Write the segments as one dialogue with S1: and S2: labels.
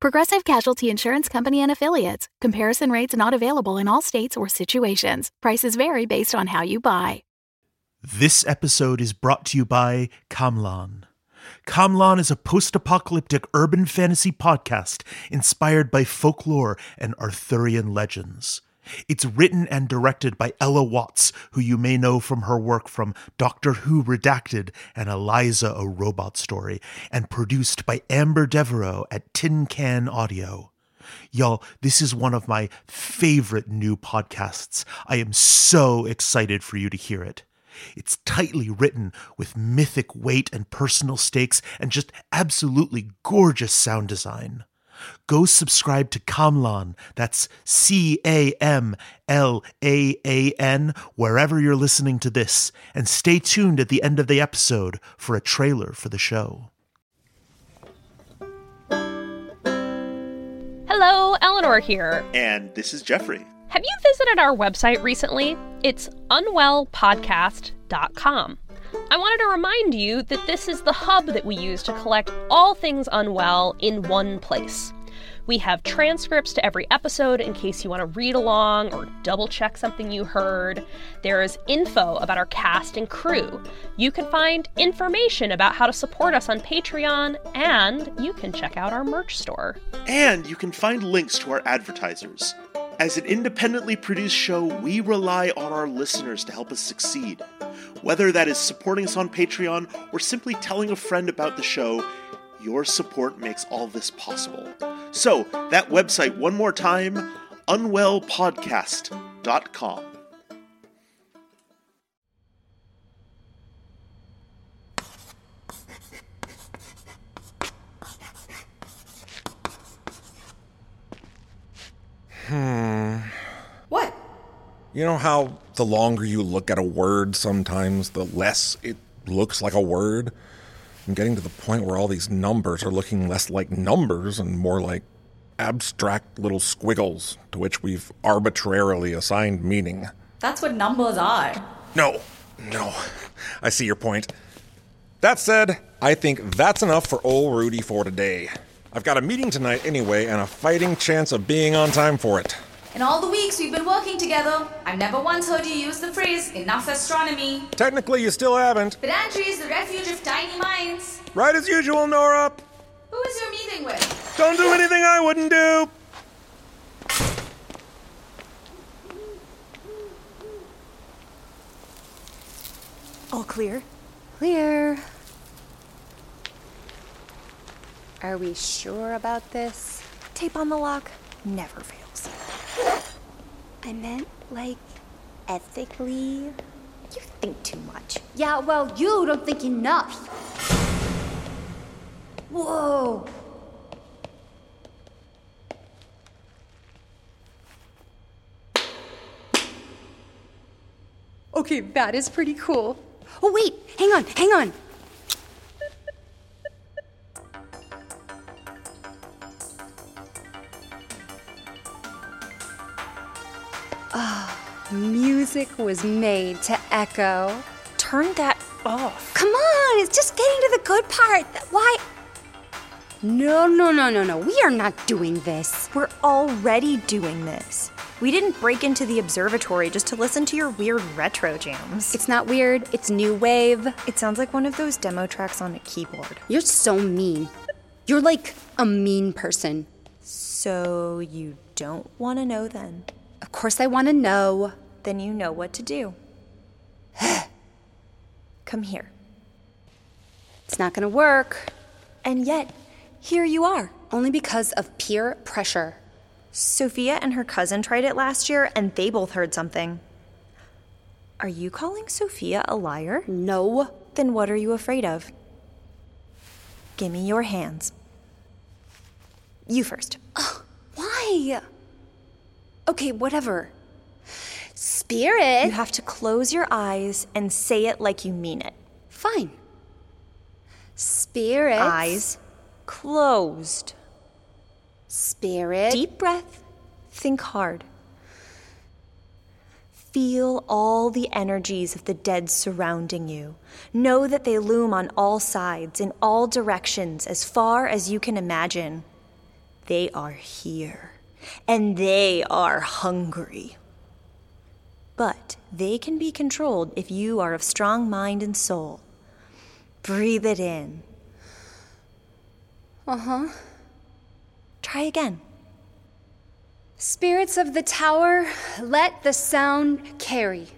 S1: Progressive Casualty Insurance Company and Affiliates. Comparison rates not available in all states or situations. Prices vary based on how you buy.
S2: This episode is brought to you by Kamlan. Kamlan is a post apocalyptic urban fantasy podcast inspired by folklore and Arthurian legends. It's written and directed by Ella Watts, who you may know from her work from Doctor Who Redacted and Eliza, a Robot Story, and produced by Amber Devereaux at Tin Can Audio. Y'all, this is one of my favorite new podcasts. I am so excited for you to hear it. It's tightly written with mythic weight and personal stakes and just absolutely gorgeous sound design. Go subscribe to Kamlan, that's C A M L A A N, wherever you're listening to this, and stay tuned at the end of the episode for a trailer for the show.
S3: Hello, Eleanor here.
S2: And this is Jeffrey.
S3: Have you visited our website recently? It's unwellpodcast.com. I wanted to remind you that this is the hub that we use to collect all things unwell in one place. We have transcripts to every episode in case you want to read along or double check something you heard. There is info about our cast and crew. You can find information about how to support us on Patreon, and you can check out our merch store.
S2: And you can find links to our advertisers. As an independently produced show, we rely on our listeners to help us succeed. Whether that is supporting us on Patreon or simply telling a friend about the show, your support makes all this possible. So, that website one more time unwellpodcast.com.
S4: What?
S5: Hmm. You know how the longer you look at a word sometimes, the less it looks like a word? I'm getting to the point where all these numbers are looking less like numbers and more like abstract little squiggles to which we've arbitrarily assigned meaning.
S4: That's what numbers are.
S5: No, no, I see your point. That said, I think that's enough for old Rudy for today. I've got a meeting tonight anyway, and a fighting chance of being on time for it.
S4: In all the weeks we've been working together, I've never once heard you use the phrase enough astronomy.
S5: Technically, you still haven't.
S4: Pedantry is the refuge of tiny minds.
S5: Right as usual, Nora.
S4: Who is your meeting with?
S5: Don't do anything I wouldn't do.
S6: All clear?
S7: Clear. Are we sure about this?
S6: Tape on the lock never fails.
S7: I meant, like, ethically.
S6: You think too much.
S7: Yeah, well, you don't think enough. Whoa. Okay, that is pretty cool. Oh, wait, hang on, hang on. Ah, Music was made to echo.
S6: Turn that off.
S7: Come on, it's just getting to the good part. Th- Why? No, no, no, no, no. We are not doing this.
S6: We're already doing this. We didn't break into the observatory just to listen to your weird retro jams.
S7: It's not weird, it's new wave.
S6: It sounds like one of those demo tracks on a keyboard.
S7: You're so mean. You're like a mean person.
S6: So you don't want to know then.
S7: Of course, I want to know.
S6: Then you know what to do. Come here.
S7: It's not going to work.
S6: And yet, here you are.
S7: Only because of peer pressure.
S6: Sophia and her cousin tried it last year, and they both heard something. Are you calling Sophia a liar?
S7: No.
S6: Then what are you afraid of? Give me your hands. You first.
S7: Why? Okay, whatever. spirit.
S6: You have to close your eyes and say it like you mean it.
S7: Fine. Spirits.
S6: Eyes closed.
S7: Spirit.
S6: Deep breath. Think hard. Feel all the energies of the dead surrounding you. Know that they loom on all sides, in all directions, as far as you can imagine. They are here, and they are hungry. But they can be controlled if you are of strong mind and soul. Breathe it in. Uh-huh.
S7: Uh huh.
S6: Try again.
S7: Spirits of the tower, let the sound carry.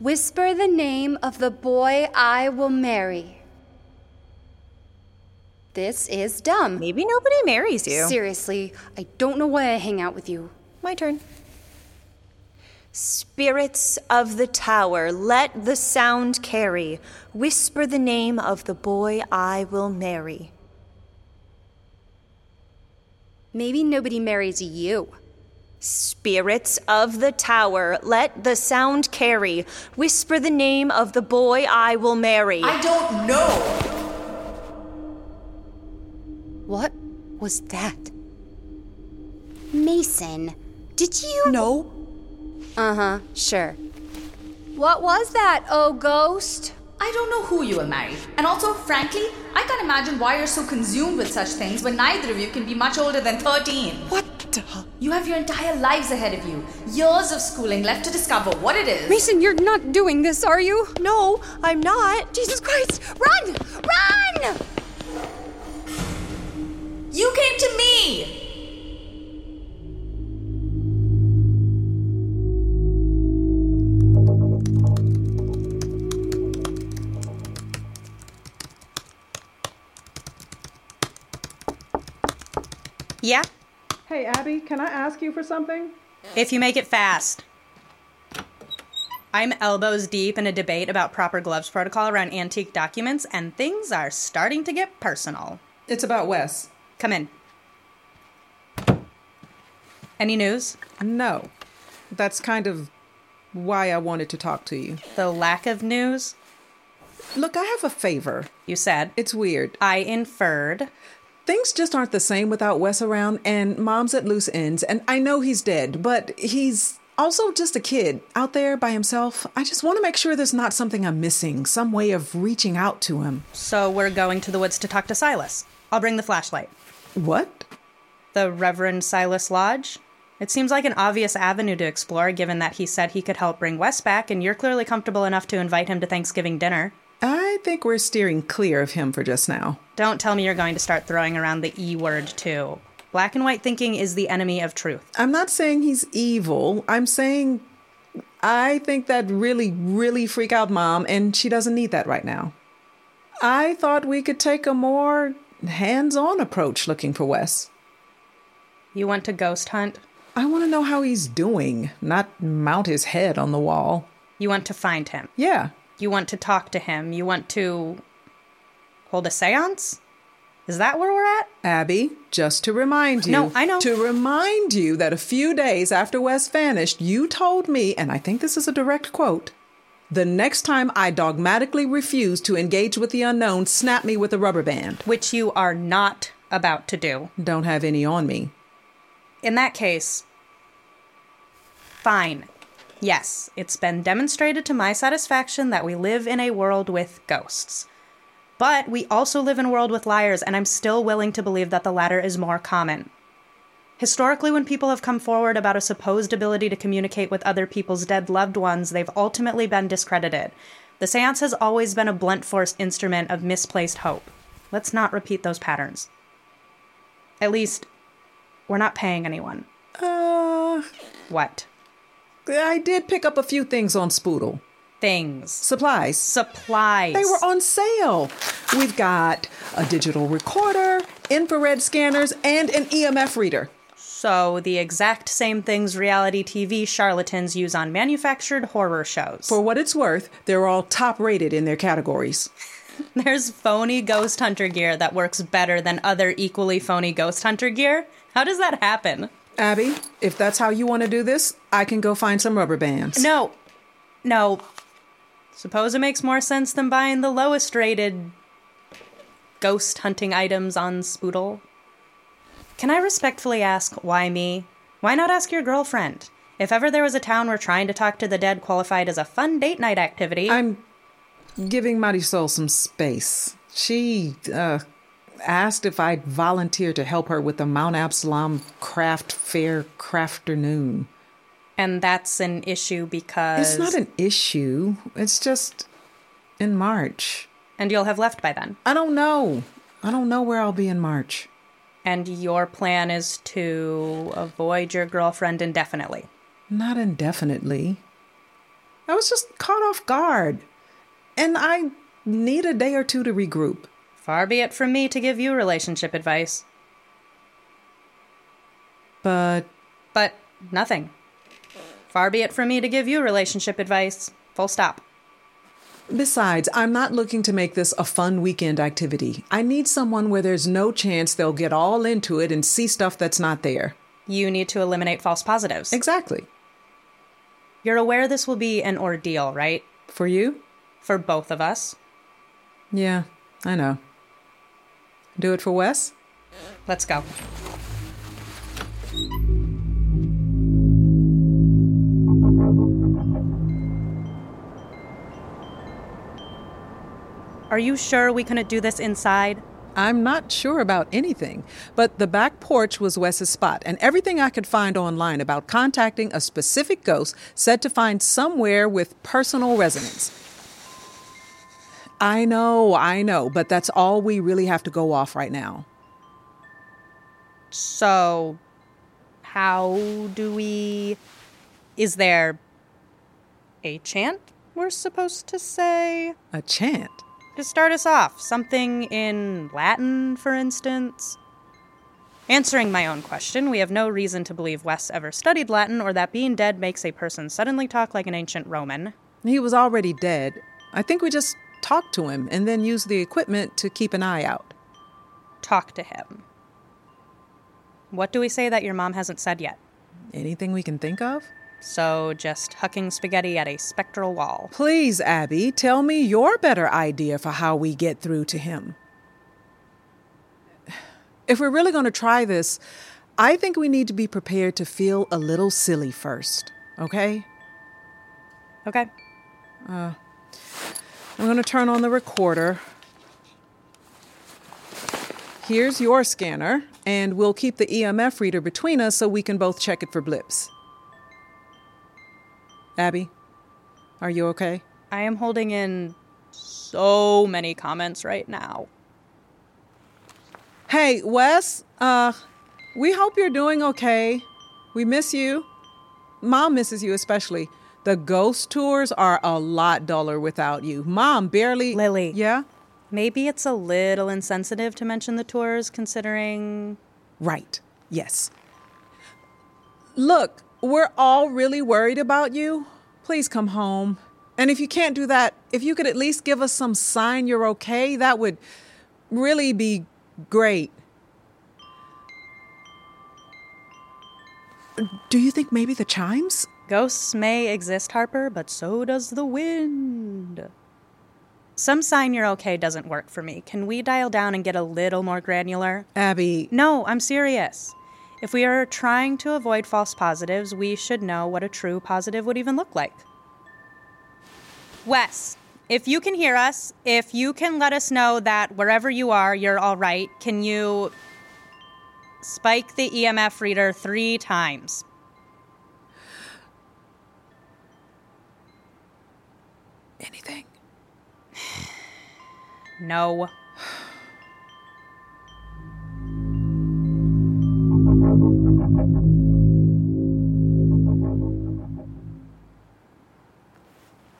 S7: Whisper the name of the boy I will marry. This is dumb.
S6: Maybe nobody marries you.
S7: Seriously, I don't know why I hang out with you.
S6: My turn. Spirits of the tower, let the sound carry. Whisper the name of the boy I will marry.
S7: Maybe nobody marries you.
S6: Spirits of the tower, let the sound carry. Whisper the name of the boy I will marry.
S4: I don't know.
S7: What was that? Mason, did you?
S4: No.
S7: Uh huh, sure. What was that, oh ghost?
S4: I don't know who you will marry. And also, frankly, I can't imagine why you're so consumed with such things when neither of you can be much older than 13.
S8: What the?
S4: You have your entire lives ahead of you, years of schooling left to discover what it is.
S7: Mason, you're not doing this, are you?
S6: No, I'm not.
S7: Jesus Christ, run! Run!
S4: You came to me!
S8: Yeah?
S9: Hey, Abby, can I ask you for something?
S8: If you make it fast. I'm elbows deep in a debate about proper gloves protocol around antique documents, and things are starting to get personal.
S9: It's about Wes.
S8: Come in. Any news?
S9: No. That's kind of why I wanted to talk to you.
S8: The lack of news?
S9: Look, I have a favor.
S8: You said.
S9: It's weird.
S8: I inferred.
S9: Things just aren't the same without Wes around, and mom's at loose ends. And I know he's dead, but he's also just a kid out there by himself. I just want to make sure there's not something I'm missing, some way of reaching out to him.
S8: So we're going to the woods to talk to Silas. I'll bring the flashlight.
S9: What?
S8: The Reverend Silas Lodge? It seems like an obvious avenue to explore given that he said he could help bring Wes back, and you're clearly comfortable enough to invite him to Thanksgiving dinner.
S9: I think we're steering clear of him for just now.
S8: Don't tell me you're going to start throwing around the E word, too. Black and white thinking is the enemy of truth.
S9: I'm not saying he's evil. I'm saying I think that really, really freak out mom, and she doesn't need that right now. I thought we could take a more hands on approach looking for Wes.
S8: You want to ghost hunt?
S9: I want to know how he's doing, not mount his head on the wall.
S8: You want to find him.
S9: Yeah.
S8: You want to talk to him. You want to hold a seance? Is that where we're at?
S9: Abby, just to remind you.
S8: No, I know.
S9: To remind you that a few days after Wes vanished, you told me, and I think this is a direct quote the next time I dogmatically refuse to engage with the unknown, snap me with a rubber band.
S8: Which you are not about to do.
S9: Don't have any on me.
S8: In that case, fine. Yes, it's been demonstrated to my satisfaction that we live in a world with ghosts. But we also live in a world with liars, and I'm still willing to believe that the latter is more common. Historically, when people have come forward about a supposed ability to communicate with other people's dead loved ones, they've ultimately been discredited. The seance has always been a blunt force instrument of misplaced hope. Let's not repeat those patterns. At least, we're not paying anyone.
S9: Uh,
S8: What?
S9: I did pick up a few things on Spoodle.
S8: Things.
S9: Supplies.
S8: Supplies.
S9: They were on sale. We've got a digital recorder, infrared scanners, and an EMF reader.
S8: So, the exact same things reality TV charlatans use on manufactured horror shows.
S9: For what it's worth, they're all top rated in their categories.
S8: There's phony ghost hunter gear that works better than other equally phony ghost hunter gear. How does that happen?
S9: Abby, if that's how you want to do this, I can go find some rubber bands.
S8: No, No. Suppose it makes more sense than buying the lowest rated ghost hunting items on Spoodle. Can I respectfully ask why me? Why not ask your girlfriend? If ever there was a town where trying to talk to the dead qualified as a fun date night activity,
S9: I'm giving Marisol some space. She uh, asked if I'd volunteer to help her with the Mount Absalom craft fair crafternoon.
S8: and that's an issue because
S9: It's not an issue. It's just in March.
S8: and you'll have left by then.
S9: I don't know. I don't know where I'll be in March.
S8: And your plan is to avoid your girlfriend indefinitely.
S9: Not indefinitely. I was just caught off guard. And I need a day or two to regroup.
S8: Far be it from me to give you relationship advice,
S9: But
S8: but nothing. Far be it from me to give you relationship advice. Full stop.
S9: Besides, I'm not looking to make this a fun weekend activity. I need someone where there's no chance they'll get all into it and see stuff that's not there.
S8: You need to eliminate false positives.
S9: Exactly.
S8: You're aware this will be an ordeal, right?
S9: For you?
S8: For both of us.
S9: Yeah, I know. Do it for Wes?
S8: Let's go. Are you sure we couldn't do this inside?
S9: I'm not sure about anything, but the back porch was Wes's spot, and everything I could find online about contacting a specific ghost said to find somewhere with personal resonance. I know, I know, but that's all we really have to go off right now.
S8: So, how do we. Is there a chant we're supposed to say?
S9: A chant.
S8: To start us off, something in Latin, for instance? Answering my own question, we have no reason to believe Wes ever studied Latin or that being dead makes a person suddenly talk like an ancient Roman.
S9: He was already dead. I think we just talked to him and then used the equipment to keep an eye out.
S8: Talk to him. What do we say that your mom hasn't said yet?
S9: Anything we can think of?
S8: So, just hucking spaghetti at a spectral wall.
S9: Please, Abby, tell me your better idea for how we get through to him. If we're really going to try this, I think we need to be prepared to feel a little silly first, okay? Uh,
S8: Okay.
S9: I'm going to turn on the recorder. Here's your scanner, and we'll keep the EMF reader between us so we can both check it for blips. Abby, are you okay?
S8: I am holding in so many comments right now.
S9: Hey, Wes, uh, we hope you're doing okay. We miss you. Mom misses you especially. The ghost tours are a lot duller without you. Mom barely.
S8: Lily.
S9: Yeah?
S8: Maybe it's a little insensitive to mention the tours, considering.
S9: Right. Yes. Look, we're all really worried about you. Please come home. And if you can't do that, if you could at least give us some sign you're okay, that would really be great. Do you think maybe the chimes?
S8: Ghosts may exist, Harper, but so does the wind. Some sign you're okay doesn't work for me. Can we dial down and get a little more granular?
S9: Abby,
S8: No, I'm serious. If we are trying to avoid false positives, we should know what a true positive would even look like. Wes, if you can hear us, if you can let us know that wherever you are, you're all right, can you spike the EMF reader three times?
S9: anything?
S8: No.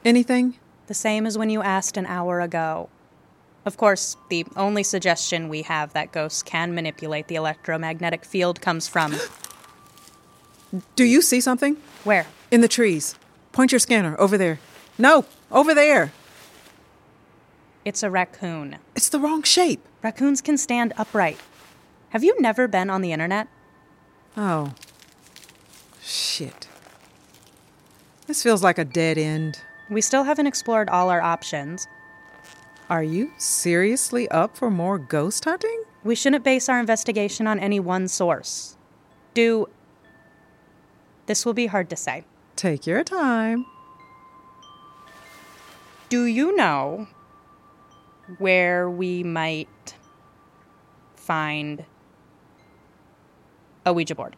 S9: Anything?
S8: The same as when you asked an hour ago. Of course, the only suggestion we have that ghosts can manipulate the electromagnetic field comes from
S9: Do you see something?
S8: where?
S9: In the trees. Point your scanner over there. No, over there.
S8: It's a raccoon.
S9: It's the wrong shape.
S8: Raccoons can stand upright. Have you never been on the internet?
S9: Oh. Shit. This feels like a dead end.
S8: We still haven't explored all our options.
S9: Are you seriously up for more ghost hunting?
S8: We shouldn't base our investigation on any one source. Do. This will be hard to say.
S9: Take your time.
S8: Do you know where we might find a Ouija board?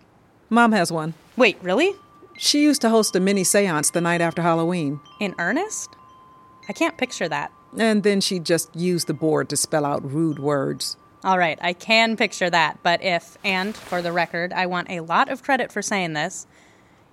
S9: Mom has one.
S8: Wait, really?
S9: She used to host a mini seance the night after Halloween,
S8: In earnest? I can't picture that.
S9: and then she just used the board to spell out rude words.
S8: All right, I can picture that, but if, and for the record, I want a lot of credit for saying this,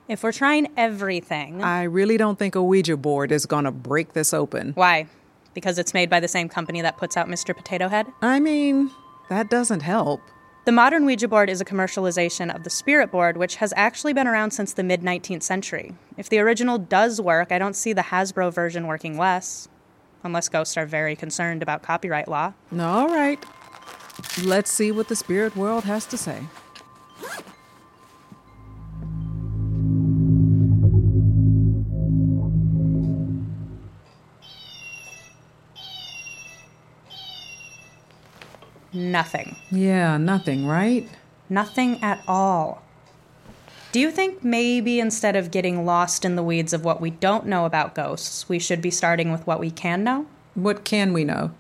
S8: if we're trying everything,
S9: I really don't think a Ouija board is gonna break this open.
S8: why? Because it's made by the same company that puts out Mr. Potato Head?
S9: I mean, that doesn't help.
S8: The modern Ouija board is a commercialization of the spirit board, which has actually been around since the mid 19th century. If the original does work, I don't see the Hasbro version working less, unless ghosts are very concerned about copyright law.
S9: All right. Let's see what the spirit world has to say.
S8: Nothing.
S9: Yeah, nothing, right?
S8: Nothing at all. Do you think maybe instead of getting lost in the weeds of what we don't know about ghosts, we should be starting with what we can know?
S9: What can we know?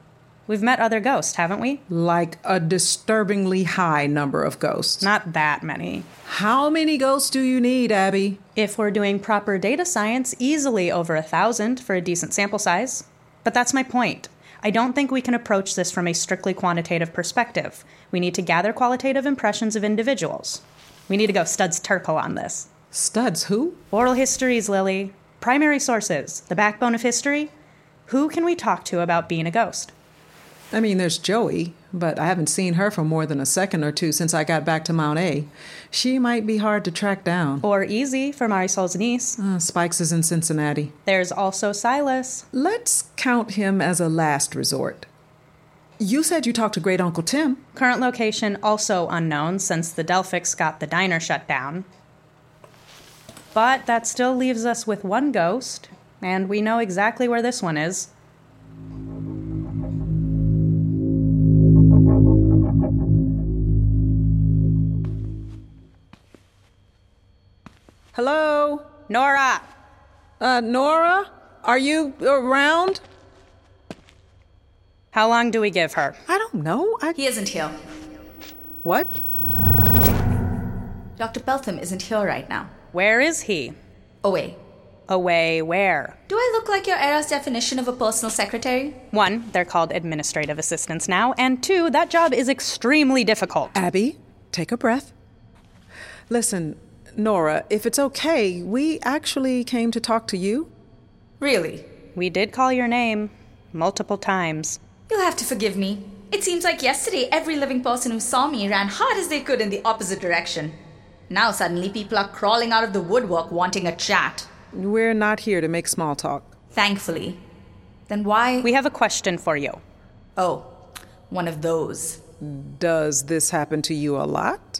S8: We've met other ghosts, haven't we?
S9: Like a disturbingly high number of ghosts.
S8: Not that many.
S9: How many ghosts do you need, Abby?
S8: If we're doing proper data science, easily over a thousand for a decent sample size. But that's my point. I don't think we can approach this from a strictly quantitative perspective. We need to gather qualitative impressions of individuals. We need to go studs Terkel on this.
S9: Studs who?
S8: Oral histories, Lily. Primary sources, the backbone of history. Who can we talk to about being a ghost?
S9: I mean, there's Joey, but I haven't seen her for more than a second or two since I got back to Mount A. She might be hard to track down.
S8: Or easy for Marisol's niece.
S9: Uh, Spikes is in Cincinnati.
S8: There's also Silas.
S9: Let's count him as a last resort. You said you talked to great Uncle Tim.
S8: Current location also unknown since the Delphix got the diner shut down. But that still leaves us with one ghost, and we know exactly where this one is.
S9: Hello?
S8: Nora!
S9: Uh, Nora? Are you around?
S8: How long do we give her?
S9: I don't know. I.
S4: He isn't here.
S9: What?
S4: Dr. Peltham isn't here right now.
S8: Where is he?
S4: Away.
S8: Away where?
S4: Do I look like your era's definition of a personal secretary?
S8: One, they're called administrative assistants now, and two, that job is extremely difficult.
S9: Abby, take a breath. Listen, Nora, if it's okay, we actually came to talk to you.
S4: Really?
S8: We did call your name multiple times.
S4: You'll have to forgive me. It seems like yesterday every living person who saw me ran hard as they could in the opposite direction. Now suddenly people are crawling out of the woodwork wanting a chat.
S9: We're not here to make small talk.
S4: Thankfully. Then why?
S8: We have a question for you.
S4: oh, one of those.
S9: Does this happen to you a lot?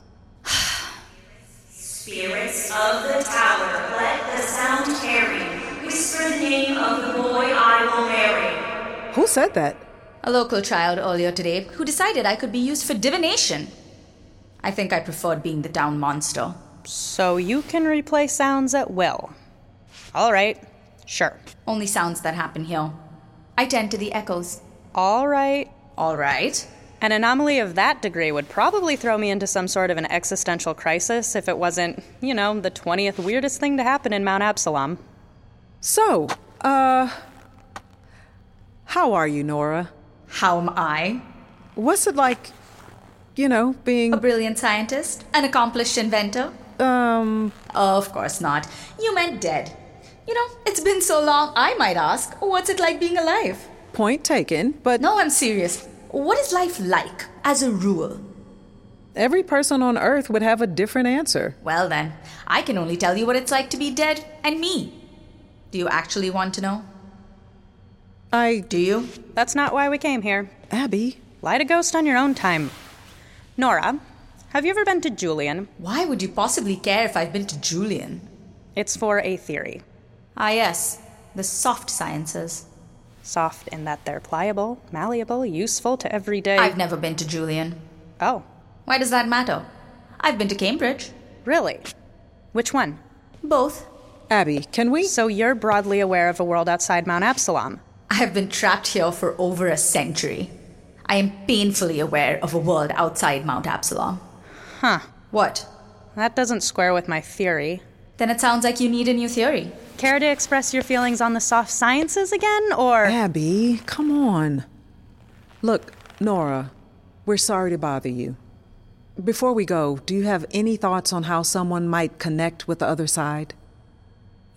S10: Spirits of the tower, let the sound carry. Whisper the name of the boy I will marry.
S9: Who said that?
S4: A local child earlier today who decided I could be used for divination. I think I preferred being the town monster.
S8: So you can replay sounds at will. All right. Sure.
S4: Only sounds that happen here. I tend to the echoes.
S8: All right.
S4: All right.
S8: An anomaly of that degree would probably throw me into some sort of an existential crisis if it wasn't, you know, the 20th weirdest thing to happen in Mount Absalom.
S9: So, uh. How are you, Nora?
S4: How am I?
S9: What's it like, you know,
S4: A
S9: being.
S4: brilliant scientist? An accomplished inventor?
S9: Um.
S4: Of course not. You meant dead. You know, it's been so long, I might ask, what's it like being alive?
S9: Point taken, but
S4: No, I'm serious. What is life like, as a rule?
S9: every person on Earth would have a different answer.
S4: Well, then, I can only tell you what it's like to be dead and me. Do you actually want to know?
S9: I.
S4: Do you?
S8: That's not why we came here.
S9: Abby,
S8: Light a ghost on your own time. Nora, have you ever been to Julian?
S4: Why would you possibly care if I've been to Julian?
S8: It's for a theory.
S4: Ah, yes. the soft sciences.
S8: Soft in that they're pliable, malleable, useful to everyday.
S4: I've never been to Julian.
S8: Oh,
S4: Why does that matter? I've been to Cambridge.
S8: really? Which one?
S4: Both.
S9: Abby, can we?
S8: So you're broadly aware of a world outside Mount Absalom.
S4: I have been trapped here for over a century. I am painfully aware of a world outside Mount Absalom.
S8: Huh.
S4: What?
S8: That doesn't square with my theory.
S4: Then it sounds like you need a new theory.
S8: Care to express your feelings on the soft sciences again, or.
S9: Abby, come on. Look, Nora, we're sorry to bother you. Before we go, do you have any thoughts on how someone might connect with the other side?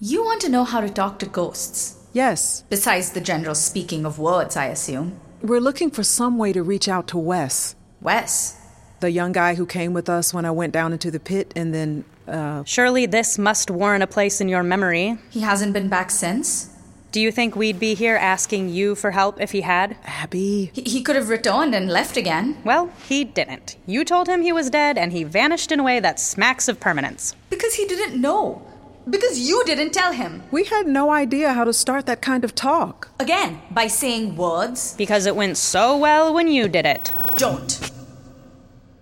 S4: You want to know how to talk to ghosts,
S9: Yes,
S4: besides the general speaking of words, I assume.
S9: we're looking for some way to reach out to Wes,
S4: Wes.
S9: the young guy who came with us when I went down into the pit and then, uh,
S8: Surely this must warrant a place in your memory.
S4: He hasn't been back since.
S8: Do you think we'd be here asking you for help if he had?
S9: Abby.
S4: He, he could have returned and left again.
S8: Well, he didn't. You told him he was dead, and he vanished in a way that smacks of permanence.
S4: Because he didn't know. Because you didn't tell him.
S9: We had no idea how to start that kind of talk.
S4: Again, by saying words,
S8: Because it went so well when you did it.
S4: don't.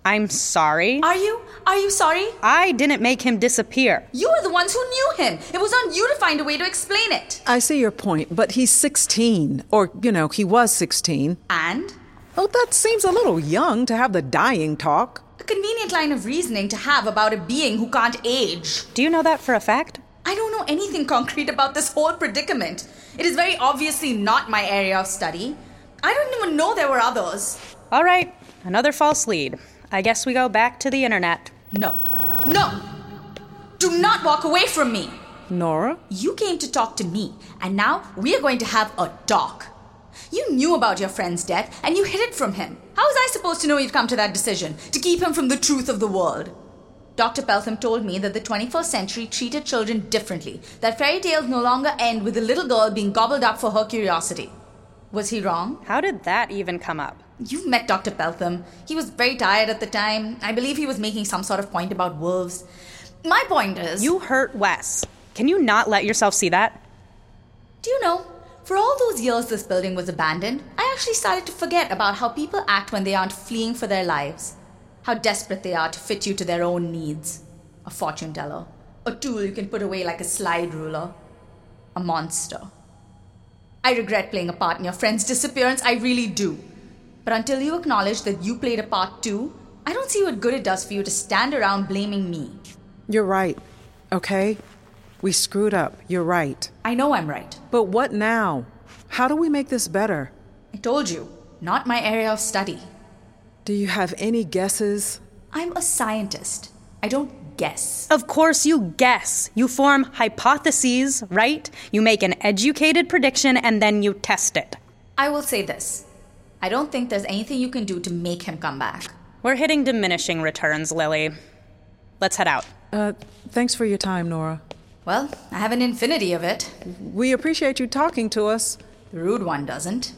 S8: I'm sorry.
S4: Are you? Are you sorry?
S8: I didn't make him disappear.
S4: You were the ones who knew him. It was on you to find a way to explain it.
S9: I see your point, but he's 16, or, you know, he was 16.
S4: And?
S9: Oh, that seems a little young to have the dying talk.
S4: A convenient line of reasoning to have about a being who can't age.
S8: Do you know that for a fact?
S4: I don't know anything concrete about this whole predicament. It is very obviously not my area of study. I don't even know there were others.
S8: All right, another false lead. I guess we go back to the internet.
S4: No. No! Do not walk away from me!
S9: Nora?
S4: You came to talk to me, and now we are going to have a talk. You knew about your friend's death, and you hid it from him. How was I supposed to know you'd come to that decision? To keep him from the truth of the world? Dr. Peltham told me that the 21st century treated children differently, that fairy tales no longer end with a little girl being gobbled up for her curiosity. Was he wrong?
S8: How did that even come up?
S4: You've met Dr. Peltham. He was very tired at the time. I believe he was making some sort of point about wolves. My point is.
S8: You hurt Wes. Can you not let yourself see that?
S4: Do you know, for all those years this building was abandoned, I actually started to forget about how people act when they aren't fleeing for their lives. How desperate they are to fit you to their own needs. A fortune teller. A tool you can put away like a slide ruler. A monster. I regret playing a part in your friend's disappearance, I really do. But until you acknowledge that you played a part too, I don't see what good it does for you to stand around blaming me.
S9: You're right. Okay? We screwed up. You're right.
S4: I know I'm right.
S9: But what now? How do we make this better?
S4: I told you, not my area of study.
S9: Do you have any guesses?
S4: I'm a scientist. I don't guess.
S8: Of course, you guess. You form hypotheses, right? You make an educated prediction and then you test it.
S4: I will say this I don't think there's anything you can do to make him come back.
S8: We're hitting diminishing returns, Lily. Let's head out.
S9: Uh, thanks for your time, Nora.
S4: Well, I have an infinity of it.
S9: We appreciate you talking to us.
S4: The rude one doesn't.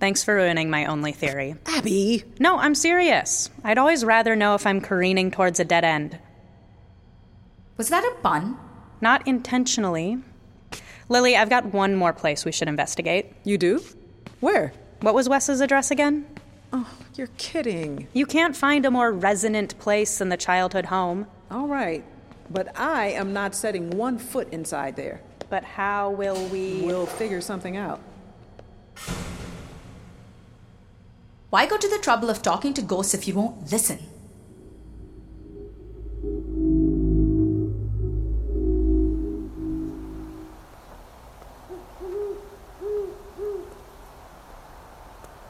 S8: Thanks for ruining my only theory.
S9: Abby!
S8: No, I'm serious. I'd always rather know if I'm careening towards a dead end.
S4: Was that a pun?
S8: Not intentionally. Lily, I've got one more place we should investigate.
S9: You do? Where?
S8: What was Wes's address again?
S9: Oh, you're kidding.
S8: You can't find a more resonant place than the childhood home.
S9: All right. But I am not setting one foot inside there.
S8: But how will we?
S9: We'll figure something out.
S4: Why go to the trouble of talking to ghosts if you won't listen?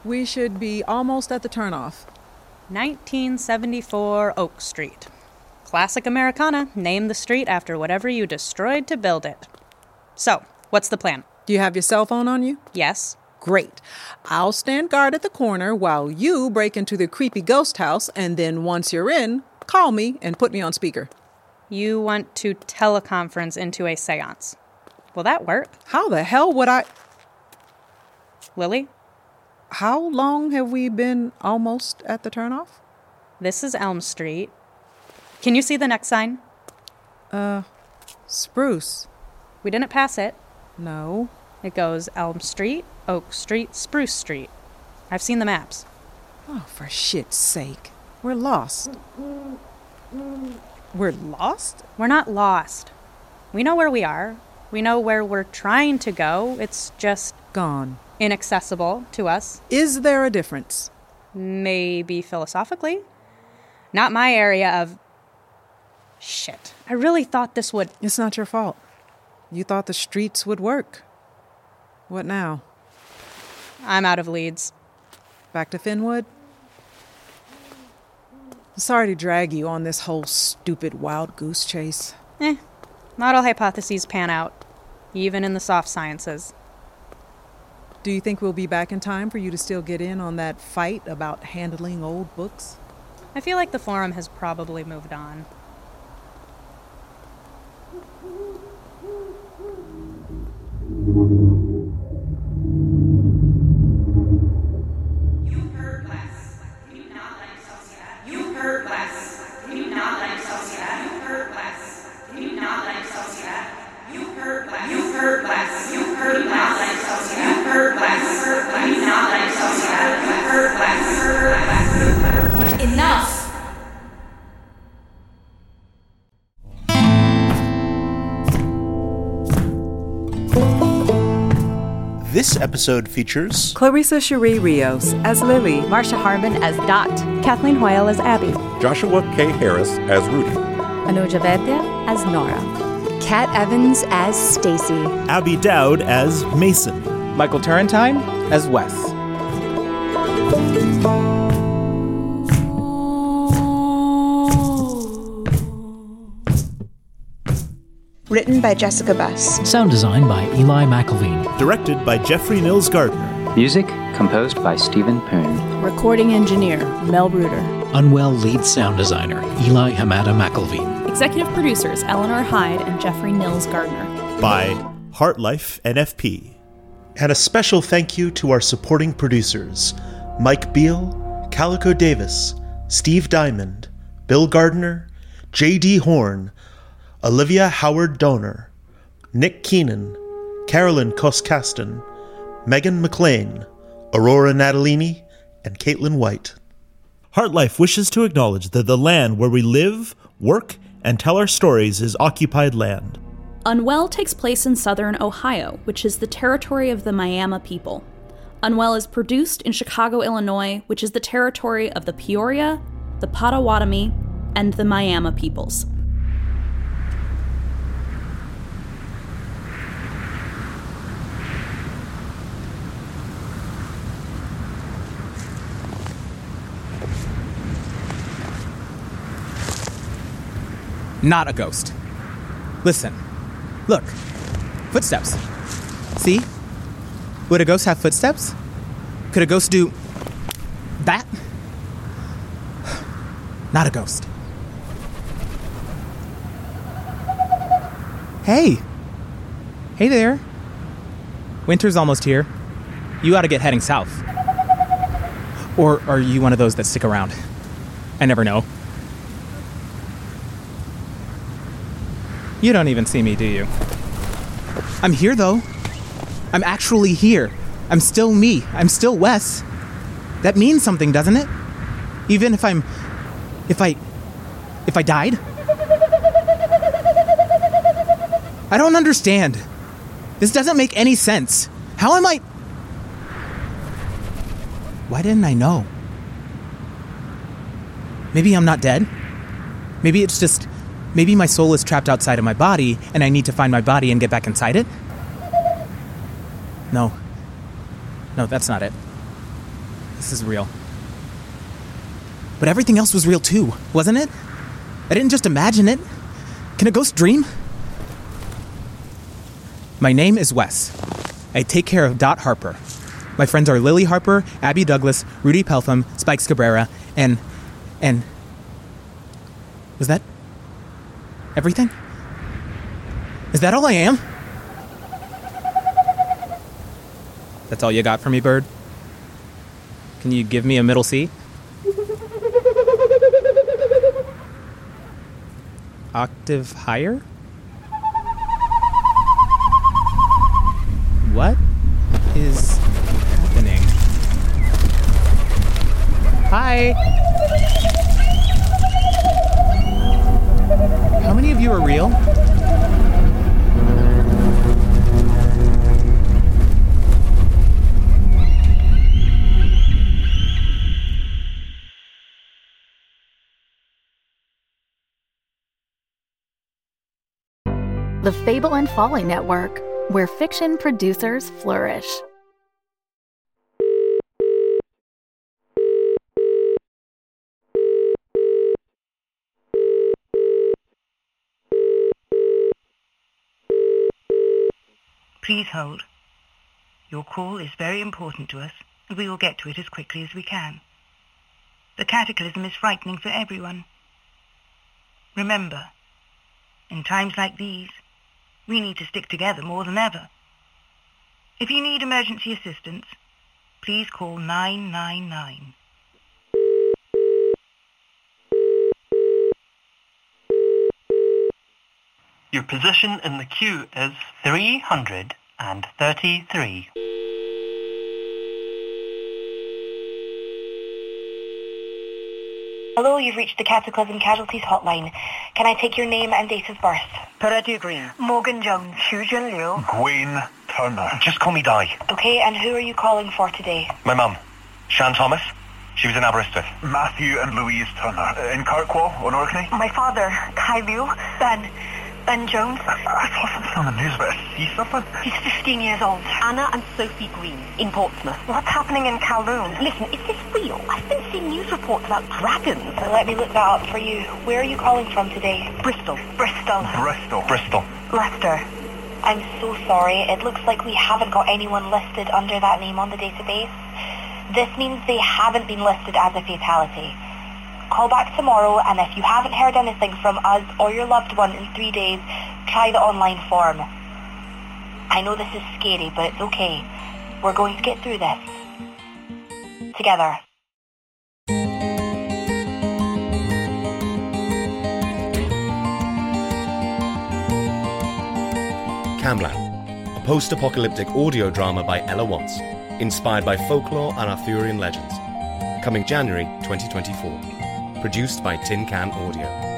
S9: We should be almost at the turnoff.
S8: 1974 Oak Street. Classic Americana, name the street after whatever you destroyed to build it. So, what's the plan?
S9: Do you have your cell phone on you?
S8: Yes?
S9: Great. I'll stand guard at the corner while you break into the creepy ghost house, and then once you're in, call me and put me on speaker.
S8: You want to teleconference into a seance. Will that work?
S9: How the hell would I?
S8: Lily,
S9: How long have we been almost at the turnoff?
S8: this is Elm Street. Can you see the next sign?
S9: Uh, Spruce.
S8: We didn't pass it.
S9: No.
S8: It goes Elm Street, Oak Street, Spruce Street. I've seen the maps.
S9: Oh, for shit's sake. We're lost. We're lost?
S8: We're not lost. We know where we are. We know where we're trying to go. It's just
S9: Gone.
S8: inaccessible to us,
S9: Is there a difference?
S8: maybe philosophically. Not my area of. Shit. I really thought this would.
S9: It's not your fault. You thought the streets would work. What now?
S8: I'm out of leads.
S9: Back to Finwood? Sorry to drag you on this whole stupid wild goose chase.
S8: Eh, not all hypotheses pan out, even in the soft sciences.
S9: Do you think we'll be back in time for you to still get in on that fight about handling old books?
S8: I feel like the forum has probably moved on.
S10: You heard less. Can you not let yourself see that? You heard less. Can you not let yourself see that? You heard less. Can you not let yourself see that? You heard less. You heard less. You heard less. Let yourself see that. You heard less. Can you not let yourself see that? You heard less. You heard less. You heard less.
S4: Enough!
S2: This episode features
S11: Clarissa Cherie Rios as Lily.
S12: Marsha Harmon as Dot,
S6: Kathleen Hoyle as Abby.
S5: Joshua K. Harris as Rudy.
S12: Anuja Vedya as Nora,
S6: Kat Evans as Stacy.
S13: Abby Dowd as Mason.
S14: Michael Turrentine as Wes.
S15: Written by Jessica Buss.
S16: Sound design by Eli McElveen.
S13: Directed by Jeffrey Nils Gardner.
S14: Music composed by Stephen Poon.
S12: recording engineer Mel Bruder,
S16: Unwell lead sound designer Eli Hamada McElveen.
S12: executive producers Eleanor Hyde and Jeffrey Nils Gardner.
S13: By Heartlife NFP.
S2: And a special thank you to our supporting producers Mike Beal, Calico Davis, Steve Diamond, Bill Gardner, J.D. Horn, Olivia Howard Donner, Nick Keenan, Carolyn Koskaston, Megan McLean, Aurora Natalini, and Caitlin White.
S13: Heartlife wishes to acknowledge that the land where we live, work, and tell our stories is occupied land.
S12: Unwell takes place in southern Ohio, which is the territory of the Miami people. Unwell is produced in Chicago, Illinois, which is the territory of the Peoria, the Potawatomi, and the Miami peoples.
S14: Not a ghost. Listen. Look. Footsteps. See? Would a ghost have footsteps? Could a ghost do that? Not a ghost. Hey. Hey there. Winter's almost here. You ought to get heading south. Or are you one of those that stick around? I never know. You don't even see me, do you? I'm here though. I'm actually here. I'm still me. I'm still Wes. That means something, doesn't it? Even if I'm if I if I died? I don't understand. This doesn't make any sense. How am I Why didn't I know? Maybe I'm not dead? Maybe it's just maybe my soul is trapped outside of my body and I need to find my body and get back inside it? No. No, that's not it. This is real. But everything else was real too, wasn't it? I didn't just imagine it. Can a ghost dream? My name is Wes. I take care of Dot Harper. My friends are Lily Harper, Abby Douglas, Rudy Peltham, Spikes Cabrera, and. and. Was that Everything? Is that all I am? That's all you got for me, bird? Can you give me a middle C? Octave higher? What is happening? Hi. How many of you are real?
S1: The Fable and Folly Network, where fiction producers flourish.
S17: Please hold. Your call is very important to us, and we will get to it as quickly as we can. The cataclysm is frightening for everyone. Remember, in times like these, we need to stick together more than ever. If you need emergency assistance, please call 999.
S18: Your position in the queue is 333.
S19: Hello, you've reached the Cataclysm Casualties Hotline. Can I take your name and date of birth?
S17: Paradu Green. Morgan Jones. Hugh Jun Liu.
S20: Gwen Turner. Just call me Di.
S19: Okay, and who are you calling for today?
S20: My mum, Shan Thomas. She was in Aberystwyth. Matthew and Louise Turner. uh, In Kirkwall, on Orkney.
S17: My father, Kai Liu. Ben. Ben Jones.
S20: Uh, I saw something on the news about a sea serpent.
S17: He's 15 years old. Anna and Sophie Green in Portsmouth. What's happening in Kowloon? Listen, is this real? I've been seeing news reports about dragons.
S19: Let me look that up for you. Where are you calling from today?
S17: Bristol. Bristol.
S20: Bristol. Bristol.
S17: Leicester.
S19: I'm so sorry. It looks like we haven't got anyone listed under that name on the database. This means they haven't been listed as a fatality. Call back tomorrow and if you haven't heard anything from us or your loved one in three days, try the online form. I know this is scary, but it's okay. We're going to get through this. Together.
S21: Camlan, a post apocalyptic audio drama by Ella Watts, inspired by folklore and Arthurian legends. Coming January 2024. Produced by Tin Can Audio.